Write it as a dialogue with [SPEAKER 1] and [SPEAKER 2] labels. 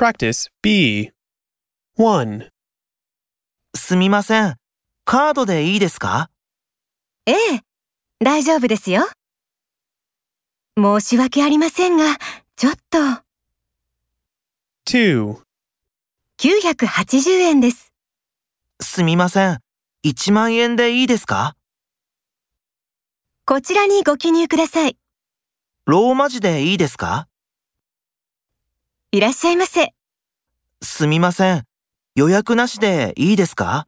[SPEAKER 1] Practice B. 1.
[SPEAKER 2] すみません。カードでいいですか
[SPEAKER 3] ええ、大丈夫ですよ。申し訳ありませんが、ちょっと
[SPEAKER 1] 2.
[SPEAKER 3] 980円です。
[SPEAKER 2] すみません。1万円でいいですか
[SPEAKER 3] こちらにご記入ください。
[SPEAKER 2] ローマ字でいいですか
[SPEAKER 3] いらっしゃいませ。
[SPEAKER 2] すみません。予約なしでいいですか